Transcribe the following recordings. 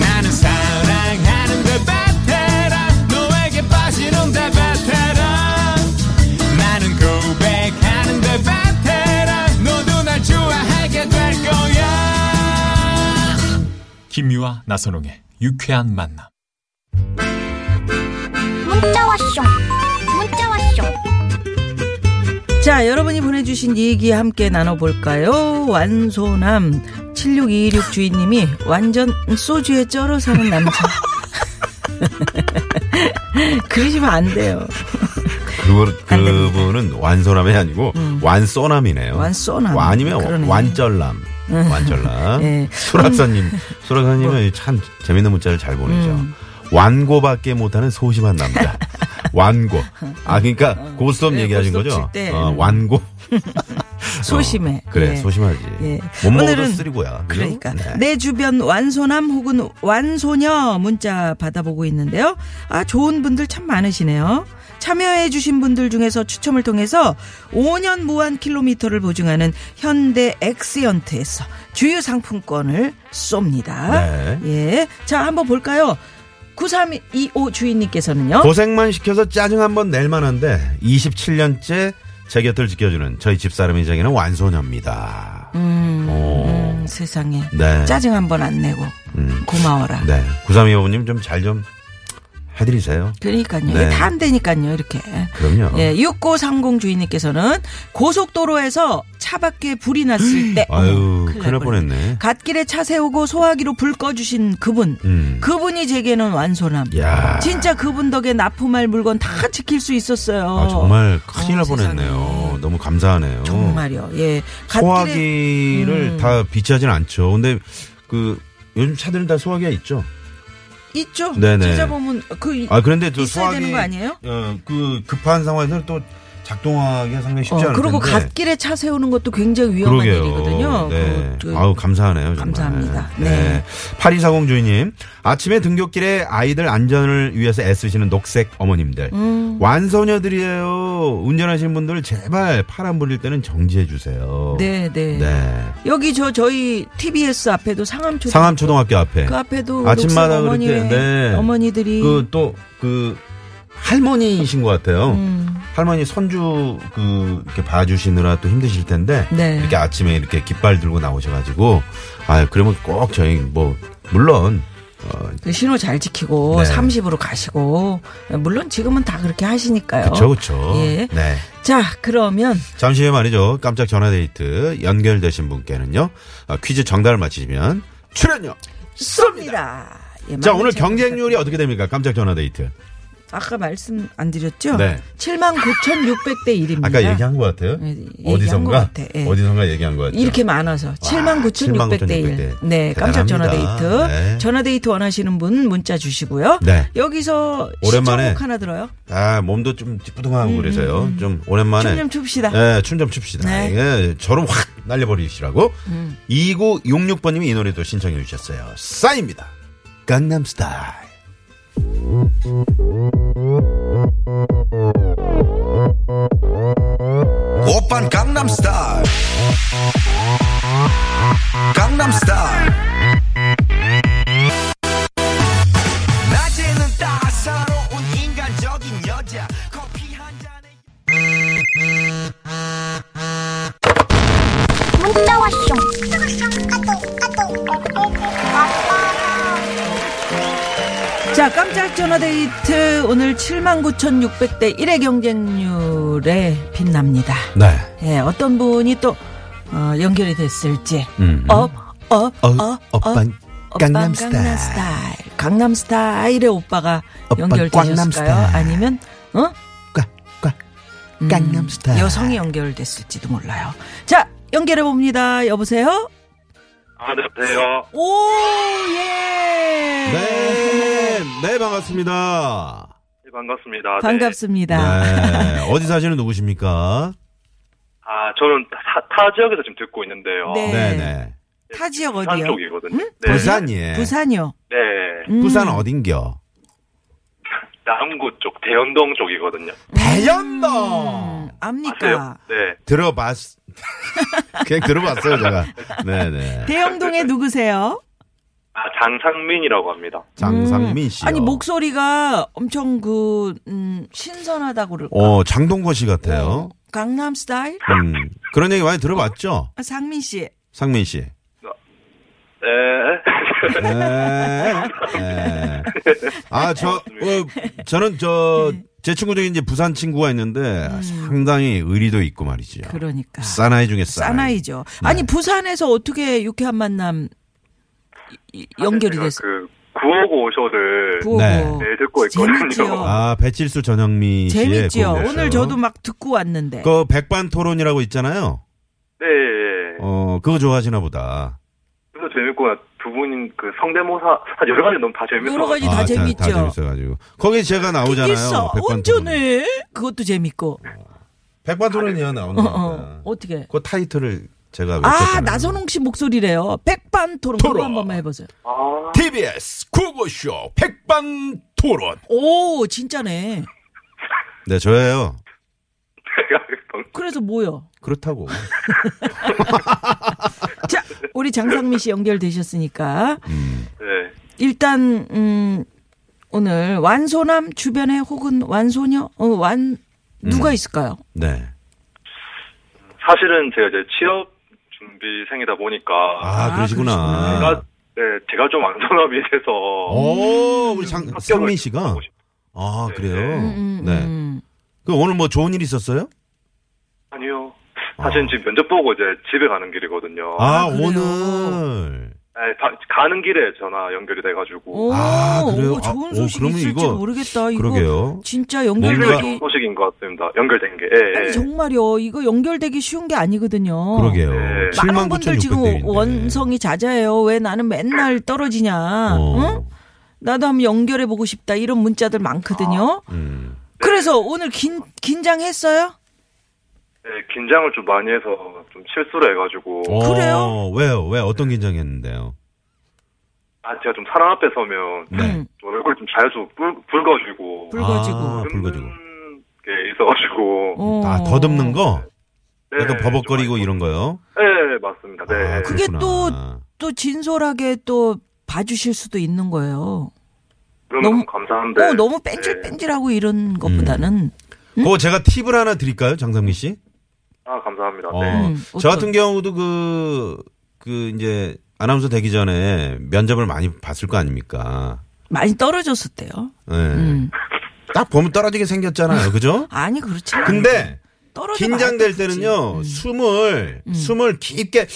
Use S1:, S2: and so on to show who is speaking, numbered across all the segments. S1: 나는 사랑하는데
S2: 그
S1: 베테랑 너에게 빠지는데 베테랑 나는
S2: 그
S1: 고백하는데 베테랑 너도 날 좋아하게 될 거야
S2: 김미화 나선홍의 유쾌한 만남.
S3: 문자 왔쇼 문자 왔쇼
S4: 자, 여러분이 보내주신 얘기 함께 나눠볼까요? 완소남 7626 주인님이 완전 소주에 쩔어 사는 남자. 그러시면 안 돼요.
S5: 그걸 그분은 완소남이 아니고 완쏘남이네요.
S4: 음. 완쏘남.
S5: 아니면
S4: 그러네. 음.
S5: 완절남. 완절남.
S4: 예. 뭐.
S5: 수락사님, 수락사님은 참 재밌는 문자를 잘 보내죠.
S4: 음.
S5: 완고밖에 못하는 소심한 남자. 완고. 아 그러니까 고스톱
S4: 예,
S5: 얘기하신
S4: 고스톱
S5: 거죠.
S4: 칠 때.
S5: 어, 완고.
S4: 소심해.
S5: 어, 그래
S4: 예.
S5: 소심하지.
S4: 예.
S5: 못 먹어도
S4: 오늘은
S5: 쓰리고야. 그죠?
S4: 그러니까
S5: 네.
S4: 내 주변 완소남 혹은 완소녀 문자 받아보고 있는데요. 아 좋은 분들 참 많으시네요. 참여해 주신 분들 중에서 추첨을 통해서 5년 무한 킬로미터를 보증하는 현대 엑시언트에서 주유 상품권을 쏩니다.
S5: 네.
S4: 예. 자, 한번 볼까요? 9325 주인님께서는요.
S5: 고생만 시켜서 짜증 한번 낼 만한데 27년째 제 곁을 지켜주는 저희 집사람이 자기는 완소녀입니다. 오.
S4: 음, 세상에.
S5: 네.
S4: 짜증 한번 안 내고
S5: 음.
S4: 고마워라.
S5: 네. 9325님 좀 잘 좀 해드리세요.
S4: 그러니까요.
S5: 네.
S4: 이게 다 안 되니까요. 이렇게.
S5: 그럼요.
S4: 예, 6930 주인님께서는 고속도로에서 차 밖에 불이 났을 때 어머,
S5: 아유,
S4: 날
S5: 큰일 날 뻔했네.
S4: 갓길에 차 세우고 소화기로 불 꺼주신 그분
S5: 음.
S4: 그분이 제게는 완소남
S5: 야.
S4: 진짜 그분 덕에 납품할 물건 다 지킬 수 있었어요
S5: 아, 정말 큰일 날
S4: 어, 세상에.
S5: 뻔했네요. 너무 감사하네요.
S4: 정말요 예 갓길에 음.
S5: 소화기를 다 비치하진 않죠. 근데 그 요즘 차들은 다 소화기가 있죠.
S4: 있죠
S5: 네네.
S4: 찾아보면 그
S5: 아 그런데 또
S4: 있어야
S5: 소화기
S4: 되는 거 아니에요?
S5: 어, 그 급한 상황에서는 또 작동하기가 상당히 쉽지
S4: 어,
S5: 않을
S4: 그리고
S5: 텐데.
S4: 갓길에 차 세우는 것도 굉장히 위험한
S5: 그러게요.
S4: 일이거든요
S5: 네.
S4: 그- 그-
S5: 아우 감사하네요. 정말.
S4: 감사합니다. 네.
S5: 네. 8240 주인님 아침에 등굣길에 아이들 안전을 위해서 애쓰시는 녹색 어머님들
S4: 음.
S5: 완소녀들이에요. 운전하시는 분들 제발 파란 불릴 때는 정지해 주세요.
S4: 네, 네.
S5: 네.
S4: 여기 저 저희 TBS 앞에도 상암초
S5: 상암 초등학교 앞에
S4: 그 앞에도
S5: 네. 아침마다
S4: 녹색 어머니
S5: 그렇게,
S4: 왜
S5: 네.
S4: 어머니들이
S5: 그 또 그 할머니이신 것 같아요.
S4: 음.
S5: 할머니 손주 그 이렇게 봐주시느라 또 힘드실 텐데
S4: 네.
S5: 이렇게 아침에 이렇게 깃발 들고 나오셔가지고 아 그러면 꼭 저희 뭐 물론 어,
S4: 그 신호 잘 지키고
S5: 네.
S4: 30으로 가시고 물론 지금은 다 그렇게 하시니까요.
S5: 그쵸 그쵸.
S4: 예.
S5: 네.
S4: 자 그러면
S5: 잠시 후에 말이죠 깜짝 전화데이트 연결되신 분께는요 아, 퀴즈 정답을 맞히시면 출연료.
S4: 쏩니다. 예,
S5: 자
S4: 많은
S5: 오늘
S4: 참여
S5: 경쟁률이
S4: 부탁드립니다.
S5: 어떻게 됩니까 깜짝 전화데이트?
S4: 아까 말씀 안 드렸죠?
S5: 네.
S4: 79,600대 1입니다.
S5: 아까 얘기한 것 같아요.
S4: 예, 얘기한
S5: 어디선가
S4: 것 같아. 예.
S5: 어디선가 얘기한 것 같죠.
S4: 이렇게 많아서 79,600대 1.
S5: 79,600.
S4: 네, 깜짝
S5: 대단합니다.
S4: 전화데이트.
S5: 네.
S4: 전화데이트 원하시는 분 문자 주시고요.
S5: 네.
S4: 여기서
S5: 오랜만에
S4: 신청곡 하나 들어요.
S5: 아 몸도 좀 찌뿌둥하고 그래서요. 좀 오랜만에
S4: 음, 춤좀 춥시다.
S5: 예, 춤 좀 춥시다.
S4: 네. 음.
S5: 예, 저를 확 날려버리시라고. 2966번님이 이 노래도 신청해 주셨어요. 싸입니다. 강남스타일.
S6: 오빤 강남스타일 강남스타일 낮에는 따사로운 인간적인 여자 커피 한 잔에
S3: 문자 왔쇼 까똑 까똑
S4: 자, 깜짝 전화데이트 오늘 79,600대 1의 경쟁률에 빛납니다.
S5: 네.
S4: 예, 어떤 분이 또 어, 연결이 됐을지.
S5: 음.
S4: 업, 업,
S5: 어,
S4: 업,
S5: 오빤 강남스타일.
S4: 강남스타일. 강남스타일의 오빠가
S5: 오빤
S4: 연결되셨을까요?
S5: 꽝남스타일.
S4: 아니면 어? 음,
S5: 꽉, 꽉. 강남스타일.
S4: 여성이 연결됐을지도 몰라요. 자, 연결해 봅니다. 여보세요?
S7: 아, 네, 여보세요.
S4: 오, 예.
S5: 네. 네, 반갑습니다.
S7: 네, 반갑습니다. 네.
S4: 반갑습니다.
S5: 네. 어디 사시는 누구십니까?
S7: 아, 저는 타, 타 지역에서 지금 듣고 있는데요.
S4: 네.
S5: 네, 네.
S4: 타 지역
S7: 예, 부산
S4: 어디요? 음?
S7: 쪽이거든요. 네.
S5: 부산이에.
S4: 부산이요.
S7: 네.
S4: 음.
S5: 부산 어딘겨?
S7: 남구 쪽, 대연동 쪽이거든요.
S4: 음.
S5: 대연동.
S4: 압니까?
S7: 아세요? 네.
S5: 들어봤. 그냥 들어봤어요 제가. 네네.
S4: 대영동에 누구세요?
S7: 아, 장상민이라고 합니다.
S5: 장상민 씨.
S4: 음. 아니 목소리가 엄청 그 음, 신선하다고 그럴까?
S5: 어 장동건 씨 같아요.
S4: 강남 스타일?
S5: 음 그런 얘기 많이 들어봤죠,
S4: 아, 상민 씨.
S5: 상민 씨.
S7: 네.
S5: 네. 아저 어, 저는 저
S4: 네.
S5: 제 친구 중에 이제 부산 친구가 있는데 상당히 의리도 있고 말이죠.
S4: 음. 그러니까.
S5: 사나이 중에 사나이.
S4: 사나이죠. 아니 부산에서 어떻게 유쾌한 만남 이- 이- 연결이
S7: 제가
S4: 됐어?
S7: 그, 구호고 오쇼를
S4: 구호고.
S5: 네.
S7: 네, 듣고 있거든요.
S4: 재밌지요.
S5: 아 배칠수 전영미 씨의
S4: 어. 재밌지요.
S5: 곡이었어요.
S4: 오늘 저도 뭐 막 듣고 왔는데.
S5: 그 백반 토론이라고 있잖아요.
S7: 네. 예, 예.
S5: 어 그거 좋아하시나 보다.
S7: 그래서 재밌고, 두 분인 그 성대모사, 한 여러 가지 너무 다 재밌어서.
S4: 여러 가지 다
S5: 아,
S4: 재밌죠.
S5: 다 재밌어가지고 거기 제가 나오잖아요.
S4: 있어.
S5: 백반 토론.
S4: 온전해. 그것도 재밌고.
S5: 백반 토론이야 나오는
S4: 어,
S5: 거.
S4: 어. 어떻게?
S5: 그 타이틀을 제가
S4: 아
S5: 외쳤잖아요.
S4: 나선홍 씨 목소리래요. 백반토론 그거
S2: 토론.
S4: 한 번만 해보세요.
S7: 아,
S2: TBS 구호쇼 백반토론.
S4: 오 진짜네.
S5: 네 저예요.
S7: 제가 동-
S4: 그래서 뭐요?
S5: 그렇다고.
S4: 자 우리 장상민 씨 연결되셨으니까
S7: 네.
S4: 일단 음 오늘 완소남 주변에 혹은 완소녀 어 완 누가 있을까요?
S5: 네.
S7: 사실은 제가 이제 취업 준비생이다 보니까.
S5: 아, 그러시구나.
S7: 제가, 네, 제가 좀 안전함이 돼서.
S4: 어,
S5: 오, 우리 장, 상민 씨가.
S7: 하고 싶-
S5: 아, 그래요?
S4: 음,
S5: 네.
S4: 음.
S5: 그 오늘 뭐 좋은 일 있었어요?
S7: 아니요. 사실은 지금 면접 보고 이제 집에 가는 길이거든요.
S5: 아,
S4: 아, 그래요?
S5: 오늘.
S7: 네, 다- 가는 길에 전화 연결이 돼가지고.
S4: 오,
S5: 아, 그래요?
S4: 오, 좋은
S5: 아, 오,
S4: 소식
S5: 그러면
S4: 있을지
S5: 이거-
S4: 모르겠다. 이거
S5: 그러게요.
S4: 진짜
S5: 뭔가-
S4: 연결되기
S7: 좋은 소식인 것 같습니다. 연결된 게. 예, 예.
S4: 아니, 정말요. 이거 연결되기 쉬운 게 아니거든요.
S5: 그러게요.
S7: 네.
S5: 7만
S4: 어. 많은
S5: 9 6
S4: 분들
S5: 0
S4: 지금
S5: 0
S4: 원성이 자자해요. 왜 나는 맨날 떨어지냐? 응? 나도 한번 연결해 보고 싶다. 이런 문자들 많거든요.
S5: 네.
S7: 음.
S4: 그래서 오늘 긴 긴장했어요?
S7: 네, 긴장을 좀 많이 해서 좀 실수를 해가지고.
S4: 그래요?
S5: 어, 왜요? 왜? 어떤 긴장했는데요?
S7: 아, 제가 좀 사람 앞에 서면.
S5: 네.
S7: 좀 얼굴이 좀 자주 붉, 붉어지고.
S4: 붉어지고.
S5: 아, 붉어지고.
S7: 붉은 게 있어가지고.
S4: 어.
S5: 아, 더듬는 거?
S7: 네,
S5: 약간 버벅거리고
S7: 좀
S5: 이런 거요?
S7: 많이- 네, 맞습니다. 네.
S5: 아,
S4: 그게
S5: 그렇구나.
S4: 또- 또 진솔하게 또 봐주실 수도 있는 거예요.
S7: 그럼
S4: 너무-
S7: 너무 감사한데.
S4: 어, 너무 뺀질뺀질하고
S5: 음.
S4: 이런 것보다는
S5: 그거 제가 팁을 하나 드릴까요, 장상민 씨?
S7: 아, 감사합니다.
S5: 어,
S7: 네.
S4: 음,
S5: 저
S4: 어떤-
S5: 같은 경우도 그, 그, 이제, 아나운서 되기 전에 면접을 많이 봤을 거 아닙니까?
S4: 많이 떨어졌을 때요.
S5: 예.
S4: 음.
S5: 딱 보면 떨어지게 생겼잖아요. 그죠?
S4: 아니 그렇지. 않아요.
S5: 근데,
S4: 떨어져 봐야
S5: 긴장될
S4: 되지.
S5: 때는요, 숨을,
S4: 음.
S5: 숨을 깊게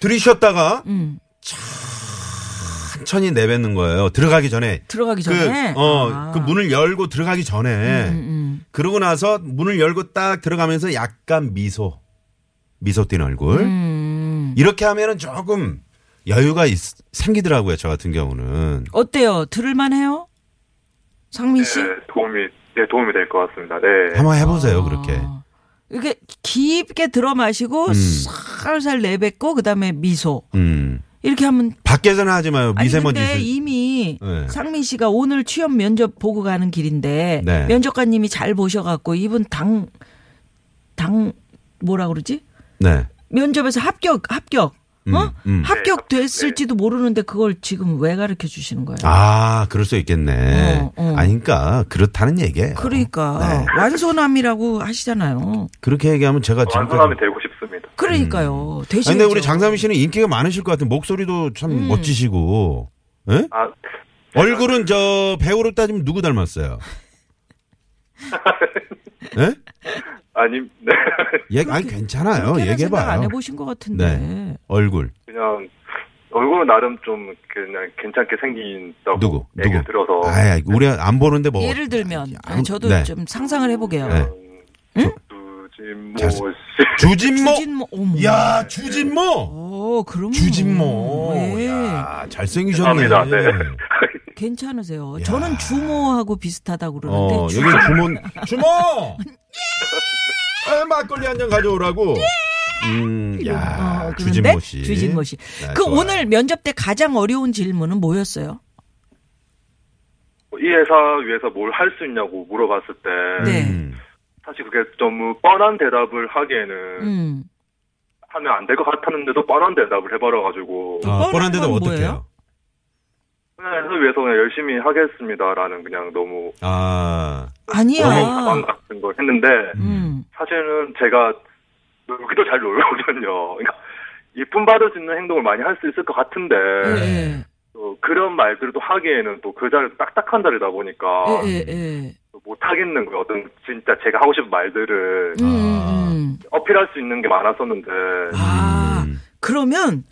S5: 들이쉬었다가,
S4: 음.
S5: 천천히 내뱉는 거예요. 들어가기 전에.
S4: 들어가기
S5: 그,
S4: 전에
S5: 어,
S4: 아.
S5: 그 문을 열고 들어가기 전에.
S4: 음,
S5: 그러고 나서 문을 열고 딱 들어가면서 약간 미소. 미소 띈 얼굴.
S4: 음.
S5: 이렇게 하면은 조금 여유가 있- 생기더라고요. 저 같은 경우는.
S4: 어때요? 들을만해요? 상민 씨?
S7: 네, 도움이, 네, 도움이 될 것 같습니다. 네.
S5: 한번 해보세요. 그렇게.
S4: 아, 이렇게 깊게 들어 마시고 살살 내뱉고 그다음에 미소
S5: 음.
S4: 이렇게 하면
S5: 밖에서는 하지 마요.
S4: 아니
S5: 미세먼지.
S4: 근데
S5: 있을-
S4: 이미
S5: 네.
S4: 상민 씨가 오늘 취업 면접 보고 가는 길인데
S5: 네.
S4: 면접관님이 잘 보셔갖고 이분 당 당 뭐라 그러지
S5: 네.
S4: 면접에서 합격 합격 어
S5: 음.
S4: 합격 됐을지도 모르는데 그걸 지금 왜 가르쳐 주시는 거예요?
S5: 아, 그럴 수 있겠네.
S4: 어, 어.
S5: 아니, 그러니까, 그렇다는 얘기예요
S4: 그러니까
S5: 네.
S4: 완소남이라고 하시잖아요.
S5: 그렇게 얘기하면 제가
S7: 어, 완전함이 되고 싶습니다.
S4: 그러니까요.
S5: 음. 아니,
S4: 되시죠. 음.
S5: 근데 우리 장삼희 씨는 인기가 많으실 것 같은 목소리도 참 멋지시고. 예?
S7: 아,
S5: 얼굴은 저 배우로 따지면 누구 닮았어요? 예?
S7: 아니, 네.
S5: 얘 아니 괜찮아요.
S4: 그렇게는 생각 안
S5: 얘기해봐요.
S4: 해보신 것 같은데.
S5: 네. 얼굴.
S7: 그냥 얼굴은 나름 좀 그냥 괜찮게 생긴다고
S5: 누구?
S7: 얘기를
S5: 누구?
S7: 들어서
S5: 아, 우리 안 보는데 뭐.
S4: 예를 들면
S5: 아무-
S4: 저도
S5: 네.
S4: 좀 상상을 해보게요.
S5: 네.
S7: 두진모
S5: 잘-
S7: 뭐 씨
S5: 주진모.
S4: 주진모, 음. 어머.
S5: 야, 주진모.
S4: 오, 그럼.
S5: 주진모.
S4: 예.
S5: 야, 잘생기셨네.
S7: 죄송합니다. 네.
S4: 괜찮으세요.
S5: 야.
S4: 저는 주모하고 어, 비슷하다고 그러는데.
S5: 어,
S4: 주-
S5: 여기 주모. 주모. 아, 막걸리 한 잔 가져오라고. 음,
S4: 예!
S5: 야,
S4: 어, 그런데
S5: 주진모 씨.
S4: 주진모 씨.
S5: 네,
S4: 그
S5: 좋아요.
S4: 오늘 면접 때 가장 어려운 질문은 뭐였어요?
S7: 뭐 이 회사 위해서 뭘 할 수 있냐고 물어봤을 때
S4: 네.
S5: 음,
S7: 사실 그게 너무 뻔한 대답을 하기에는
S4: 음.
S7: 하면 안 될 것 같았는데도 뻔한 대답을 해버려가지고
S5: 아,
S4: 뻔한
S5: 뻔한데도
S4: 건
S5: 어떻게
S4: 뭐예요?
S5: 해요?
S7: 그냥 회사 위해서 그냥 열심히 하겠습니다라는 그냥 너무
S5: 아,
S4: 아니야.
S7: 너무 가방 같은 걸 했는데
S4: 음.
S7: 사실은 제가 놀기도 잘 놀거든요. 그러니까 이쁨 받을 수 있는 행동을 많이 할 수 있을 것 같은데
S5: 네.
S4: 예,
S7: 또 그런 말들도 하기에는 또 그 자리에서 딱딱한 자리다 보니까
S4: 예, 예, 예.
S7: 못 하겠는 거예요. 어떤 진짜 제가 하고 싶은 말들을
S5: 아.
S4: 음, 음.
S7: 어필할 수 있는 게 많았었는데
S4: 아,
S5: 음.
S4: 그러면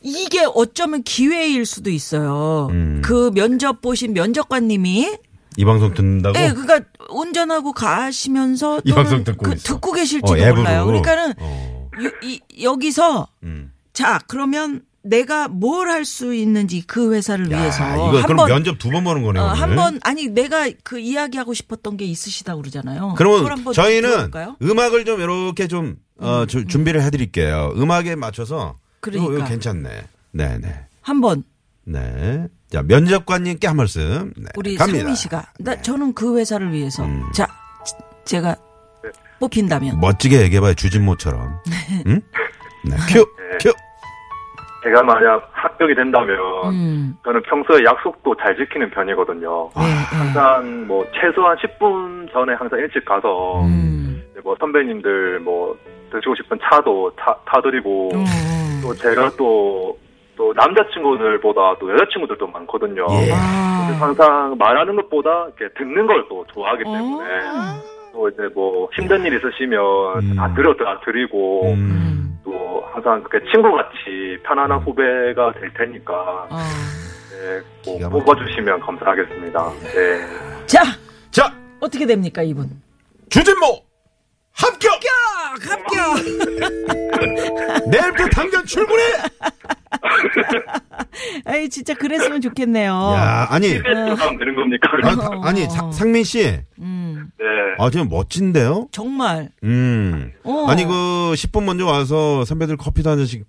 S4: 이게 어쩌면 기회일 수도 있어요.
S5: 음.
S4: 그 면접 보신 면접관님이
S5: 이 방송 듣는다고?
S4: 예, 그러니까 운전하고 가시면서
S5: 이
S4: 또는
S5: 방송 듣고
S4: 그,
S5: 있어.
S4: 듣고 계실지도
S5: 어, 앱으로.
S4: 몰라요. 그러니까는
S5: 어,
S4: 유- 이- 여기서
S5: 음.
S4: 자 그러면 내가 뭘 할 수 있는지 그 회사를
S5: 야,
S4: 위해서
S5: 이거 그럼
S4: 한번
S5: 면접 두 번 보는 거네요.
S4: 어,
S5: 오늘.
S4: 한번 아니 내가 그 이야기하고 싶었던 게 있으시다고 그러잖아요. 그걸
S5: 그러면
S4: 한번
S5: 저희는
S4: 들어볼까요? 음,
S5: 음악을 좀 이렇게 좀 어, 주- 준비를 해드릴게요. 음악에 맞춰서
S4: 그러니까.
S5: 이거, 이거 괜찮네. 네네.
S4: 한번
S5: 네. 자 면접관님께 한 말씀. 네,
S4: 우리
S5: 갑니다. 네. 음.
S4: 성민 씨가 나 저는 그 회사를 위해서 자 지- 제가 뽑힌다면
S5: 멋지게 얘기해봐요 주진모처럼. 응? 네. 큐 큐.
S7: 제가 만약 합격이 된다면
S4: 음.
S7: 저는 평소에 약속도 잘 지키는 편이거든요.
S4: 네, 네.
S7: 항상 뭐 최소한 10분 전에 항상 일찍 가서
S4: 음.
S7: 이제 뭐 선배님들 뭐 드시고 싶은 차도 타, 타드리고
S4: 어,
S7: 또 제가 또, 또 남자친구들보다 또 여자친구들도 많거든요.
S5: 예.
S4: 아.
S7: 그래서 항상 말하는 것보다 이렇게 듣는 걸 또 좋아하기 때문에 또 이제 뭐 힘든 일 있으시면
S5: 음.
S7: 다 드려 다 드리고
S5: 음.
S7: 또 항상 그렇게 친구같이 편안한 후배가 될 테니까
S4: 아.
S7: 네, 꼭
S5: 기가 막히네. 예.
S7: 뽑아주시면 감사하겠습니다. 네.
S4: 자
S5: 자
S4: 어떻게 됩니까 이분?
S5: 주진모 합격.
S4: 합격.
S5: 네. 내일부터 당장 출근해.
S4: 아이 진짜 그랬으면 좋겠네요.
S5: 야 아니
S7: 하면 되는 겁니까?
S4: 어.
S5: 아, 아니 사- 상민 씨.
S7: 네.
S5: 아 지금 멋진데요.
S4: 정말.
S5: 음.
S4: 어.
S5: 아니 그 10분 먼저 와서 선배들 커피도 한 잔씩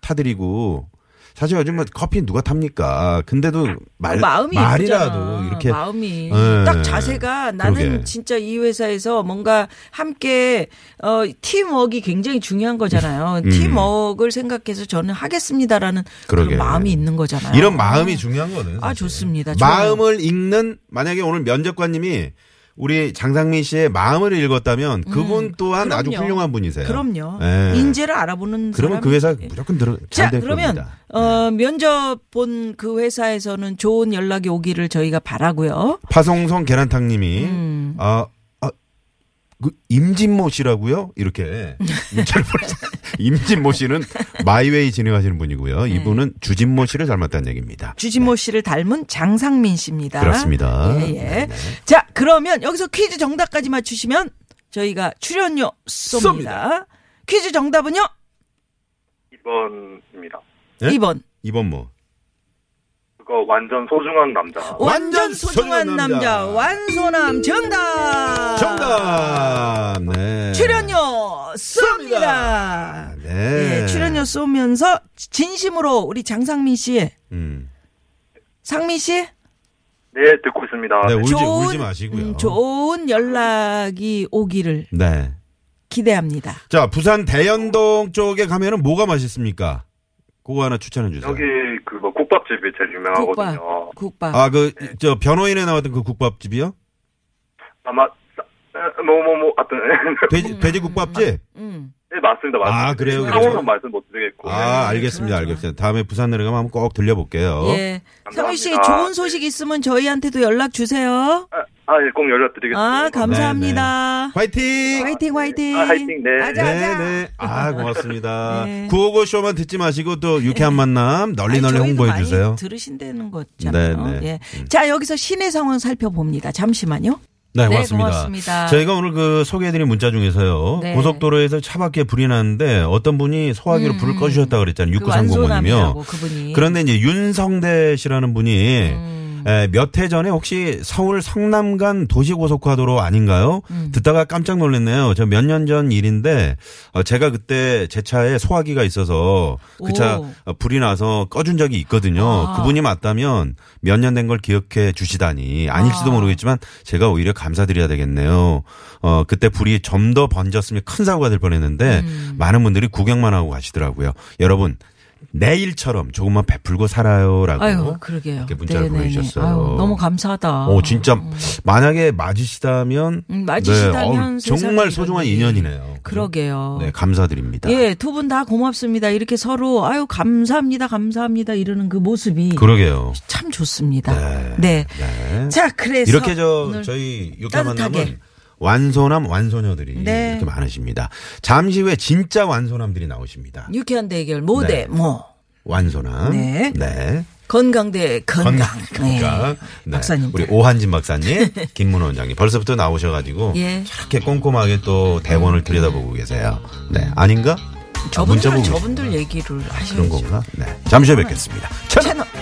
S5: 타드리고 사실 요즘은 뭐 커피 누가 탑니까? 근데도 말
S4: 그 마음이
S5: 말이라도
S4: 예쁘잖아.
S5: 이렇게
S4: 마음이
S5: 예.
S4: 딱 자세가 나는
S5: 그러게.
S4: 진짜 이 회사에서 뭔가 함께 어 팀워크가 굉장히 중요한 거잖아요. 팀워크를 생각해서 저는 하겠습니다라는 그런
S5: 음. 그러게.
S4: 마음이 있는 거잖아요.
S5: 이런 마음이 중요한 거는
S4: 아,
S5: 사실.
S4: 좋습니다.
S5: 마음을 읽는 만약에 오늘 면접관님이 우리 장상민 씨의 마음을 읽었다면 그분 또한 아주
S4: 그럼요.
S5: 훌륭한 분이세요.
S4: 그럼요.
S5: 예.
S4: 인재를 알아보는
S5: 그러면
S4: 사람이 예.
S5: 그 회사 무조건 들어
S4: 자,
S5: 잘될
S4: 그러면
S5: 겁니다. 예.
S4: 어 면접 본 그 회사에서는 좋은 연락이 오기를 저희가 바라고요.
S5: 파송성 계란탕님이
S4: 음.
S5: 아, 아, 그 임진모 씨라고요? 이렇게 문자를 보내주셨어요. 임진모 씨는 마이웨이 진행하시는 분이고요.
S4: 네.
S5: 이분은 주진모 씨를 닮았다는 얘기입니다.
S4: 주진모 씨를 닮은 장상민 씨입니다.
S5: 그렇습니다.
S4: 예, 예. 자, 그러면 여기서 퀴즈 정답까지 맞추시면 저희가 출연료 쏩니다. 퀴즈 정답은요?
S7: 2번입니다.
S5: 예?
S4: 2번.
S5: 이번 뭐
S7: 그거 완전 소중한 남자.
S4: 어? 완전 소중한 남자, 완소남 정답.
S5: 정답. 네.
S4: 출연료 쏩니다.
S5: 네.
S4: 예, 출연료 쏘면서 진심으로 우리 장상민 씨,
S5: 음.
S4: 상민 씨
S7: 네, 듣고 있습니다.
S5: 네, 울지
S4: 좋은-
S5: 울지 마시고요.
S4: 음, 좋은 연락이 오기를
S5: 네.
S4: 기대합니다.
S5: 자, 부산 대연동 쪽에 가면은 뭐가 맛있습니까? 그거 하나 추천해 주세요.
S7: 여기 그뭐 국밥집이 제일 유명하거든요.
S4: 국밥, 국밥.
S5: 아, 그, 저, 변호인에 나왔던 그 국밥집이요?
S7: 아마 뭐뭐뭐 하여튼
S5: 돼지, 돼지국밥집?
S4: 음.
S7: 네, 맞습니다. 맞습니다.
S5: 아, 그래요? 그래요?
S7: 상호는 말씀 못 드리겠고.
S5: 아, 알겠습니다.
S4: 좋아, 좋아.
S5: 알겠습니다. 다음에 부산 내려가면 한번 꼭 들려볼게요.
S4: 예. 상민 씨
S7: 감사합니다.
S4: 좋은 소식 있으면 저희한테도 연락 주세요.
S7: 아, 아, 예, 꼭 연락드리겠습니다.
S4: 아, 감사합니다.
S5: 화이팅!
S4: 화이팅, 화이팅.
S7: 아, 화이팅, 네.
S4: 아자,
S5: 네,
S4: 아자.
S5: 네. 아, 고맙습니다.
S4: 네.
S5: 구호고 쇼만 듣지 마시고 또 유쾌한 만남 널리 널리
S4: 아니, 저희도
S5: 홍보해
S4: 많이
S5: 주세요.
S4: 들으신다는 거잖아요.
S5: 네, 네.
S4: 예. 자, 여기서 시내 상황 살펴봅니다. 잠시만요.
S5: 네,
S4: 네,
S5: 고맙습니다.
S4: 고맙습니다.
S5: 저희가 오늘 그 소개해드린 문자 중에서요.
S4: 네.
S5: 고속도로에서 차밖에 불이 나는데 어떤 분이 소화기로 불을 꺼주셨다 고 그랬잖아요.
S4: 음. 그 완소남이라고,
S5: 6930번님이요.
S4: 그분이. 음.
S5: 그런데 이제 윤성대 씨라는 분이 몇 해 전에 혹시 서울 성남간 도시고속화도로 아닌가요?
S4: 음.
S5: 듣다가 깜짝 놀랐네요. 저 몇 년 전 일인데 어, 제가 그때 제 차에 소화기가 있어서 그 차
S4: 오.
S5: 불이 나서 꺼준 적이 있거든요.
S4: 아.
S5: 그분이 맞다면 몇 년 된 걸 기억해 주시다니 아닐지도
S4: 아.
S5: 모르겠지만 제가 오히려 감사드려야 되겠네요. 어 그때 불이 좀 더 번졌으면 큰 사고가 될 뻔했는데
S4: 음.
S5: 많은 분들이 구경만 하고 가시더라고요. 여러분 내일처럼 조금만 베풀고 살아요라고. 어,
S4: 아유, 그러게요.
S5: 이렇게 문자를
S4: 네네네.
S5: 보내주셨어요.
S4: 아유, 너무 감사하다.
S5: 오, 어, 진짜 만약에 맞으시다면 네,
S4: 음, 맞으시다면
S5: 어우,
S4: 세상에
S5: 정말 소중한
S4: 이런
S5: 인연이네요.
S4: 그러게요.
S5: 네, 감사드립니다.
S4: 예, 두 분 다 고맙습니다. 이렇게 서로 아유 감사합니다, 감사합니다 이러는 그 모습이
S5: 그러게요.
S4: 참 좋습니다. 네.
S5: 네.
S4: 자, 그래서
S5: 이렇게 저
S4: 오늘
S5: 저희 육회
S4: 따뜻하게.
S5: 만남은 완소남 완소녀들이
S4: 네.
S5: 이렇게 많으십니다. 잠시 후에 진짜 완소남들이 나오십니다.
S4: 유쾌한 대결 모대
S5: 네.
S4: 뭐
S5: 완소남.
S4: 네. 건강 대 건강.
S5: 건강. 그러니까
S4: 예.
S5: 네.
S4: 박사님.
S5: 우리 오한진 박사님, 김문호 원장님 벌써부터 나오셔가지고
S4: 예. 음.
S5: 저렇게 꼼꼼하게 또 대본을 들여다보고 계세요. 네, 아닌가? 아,
S4: 저분들
S5: 문자 보고
S4: 저분들 얘기를 하시는
S5: 그런 건가? 네, 잠시 후에 뵙겠습니다. 채널
S4: 채널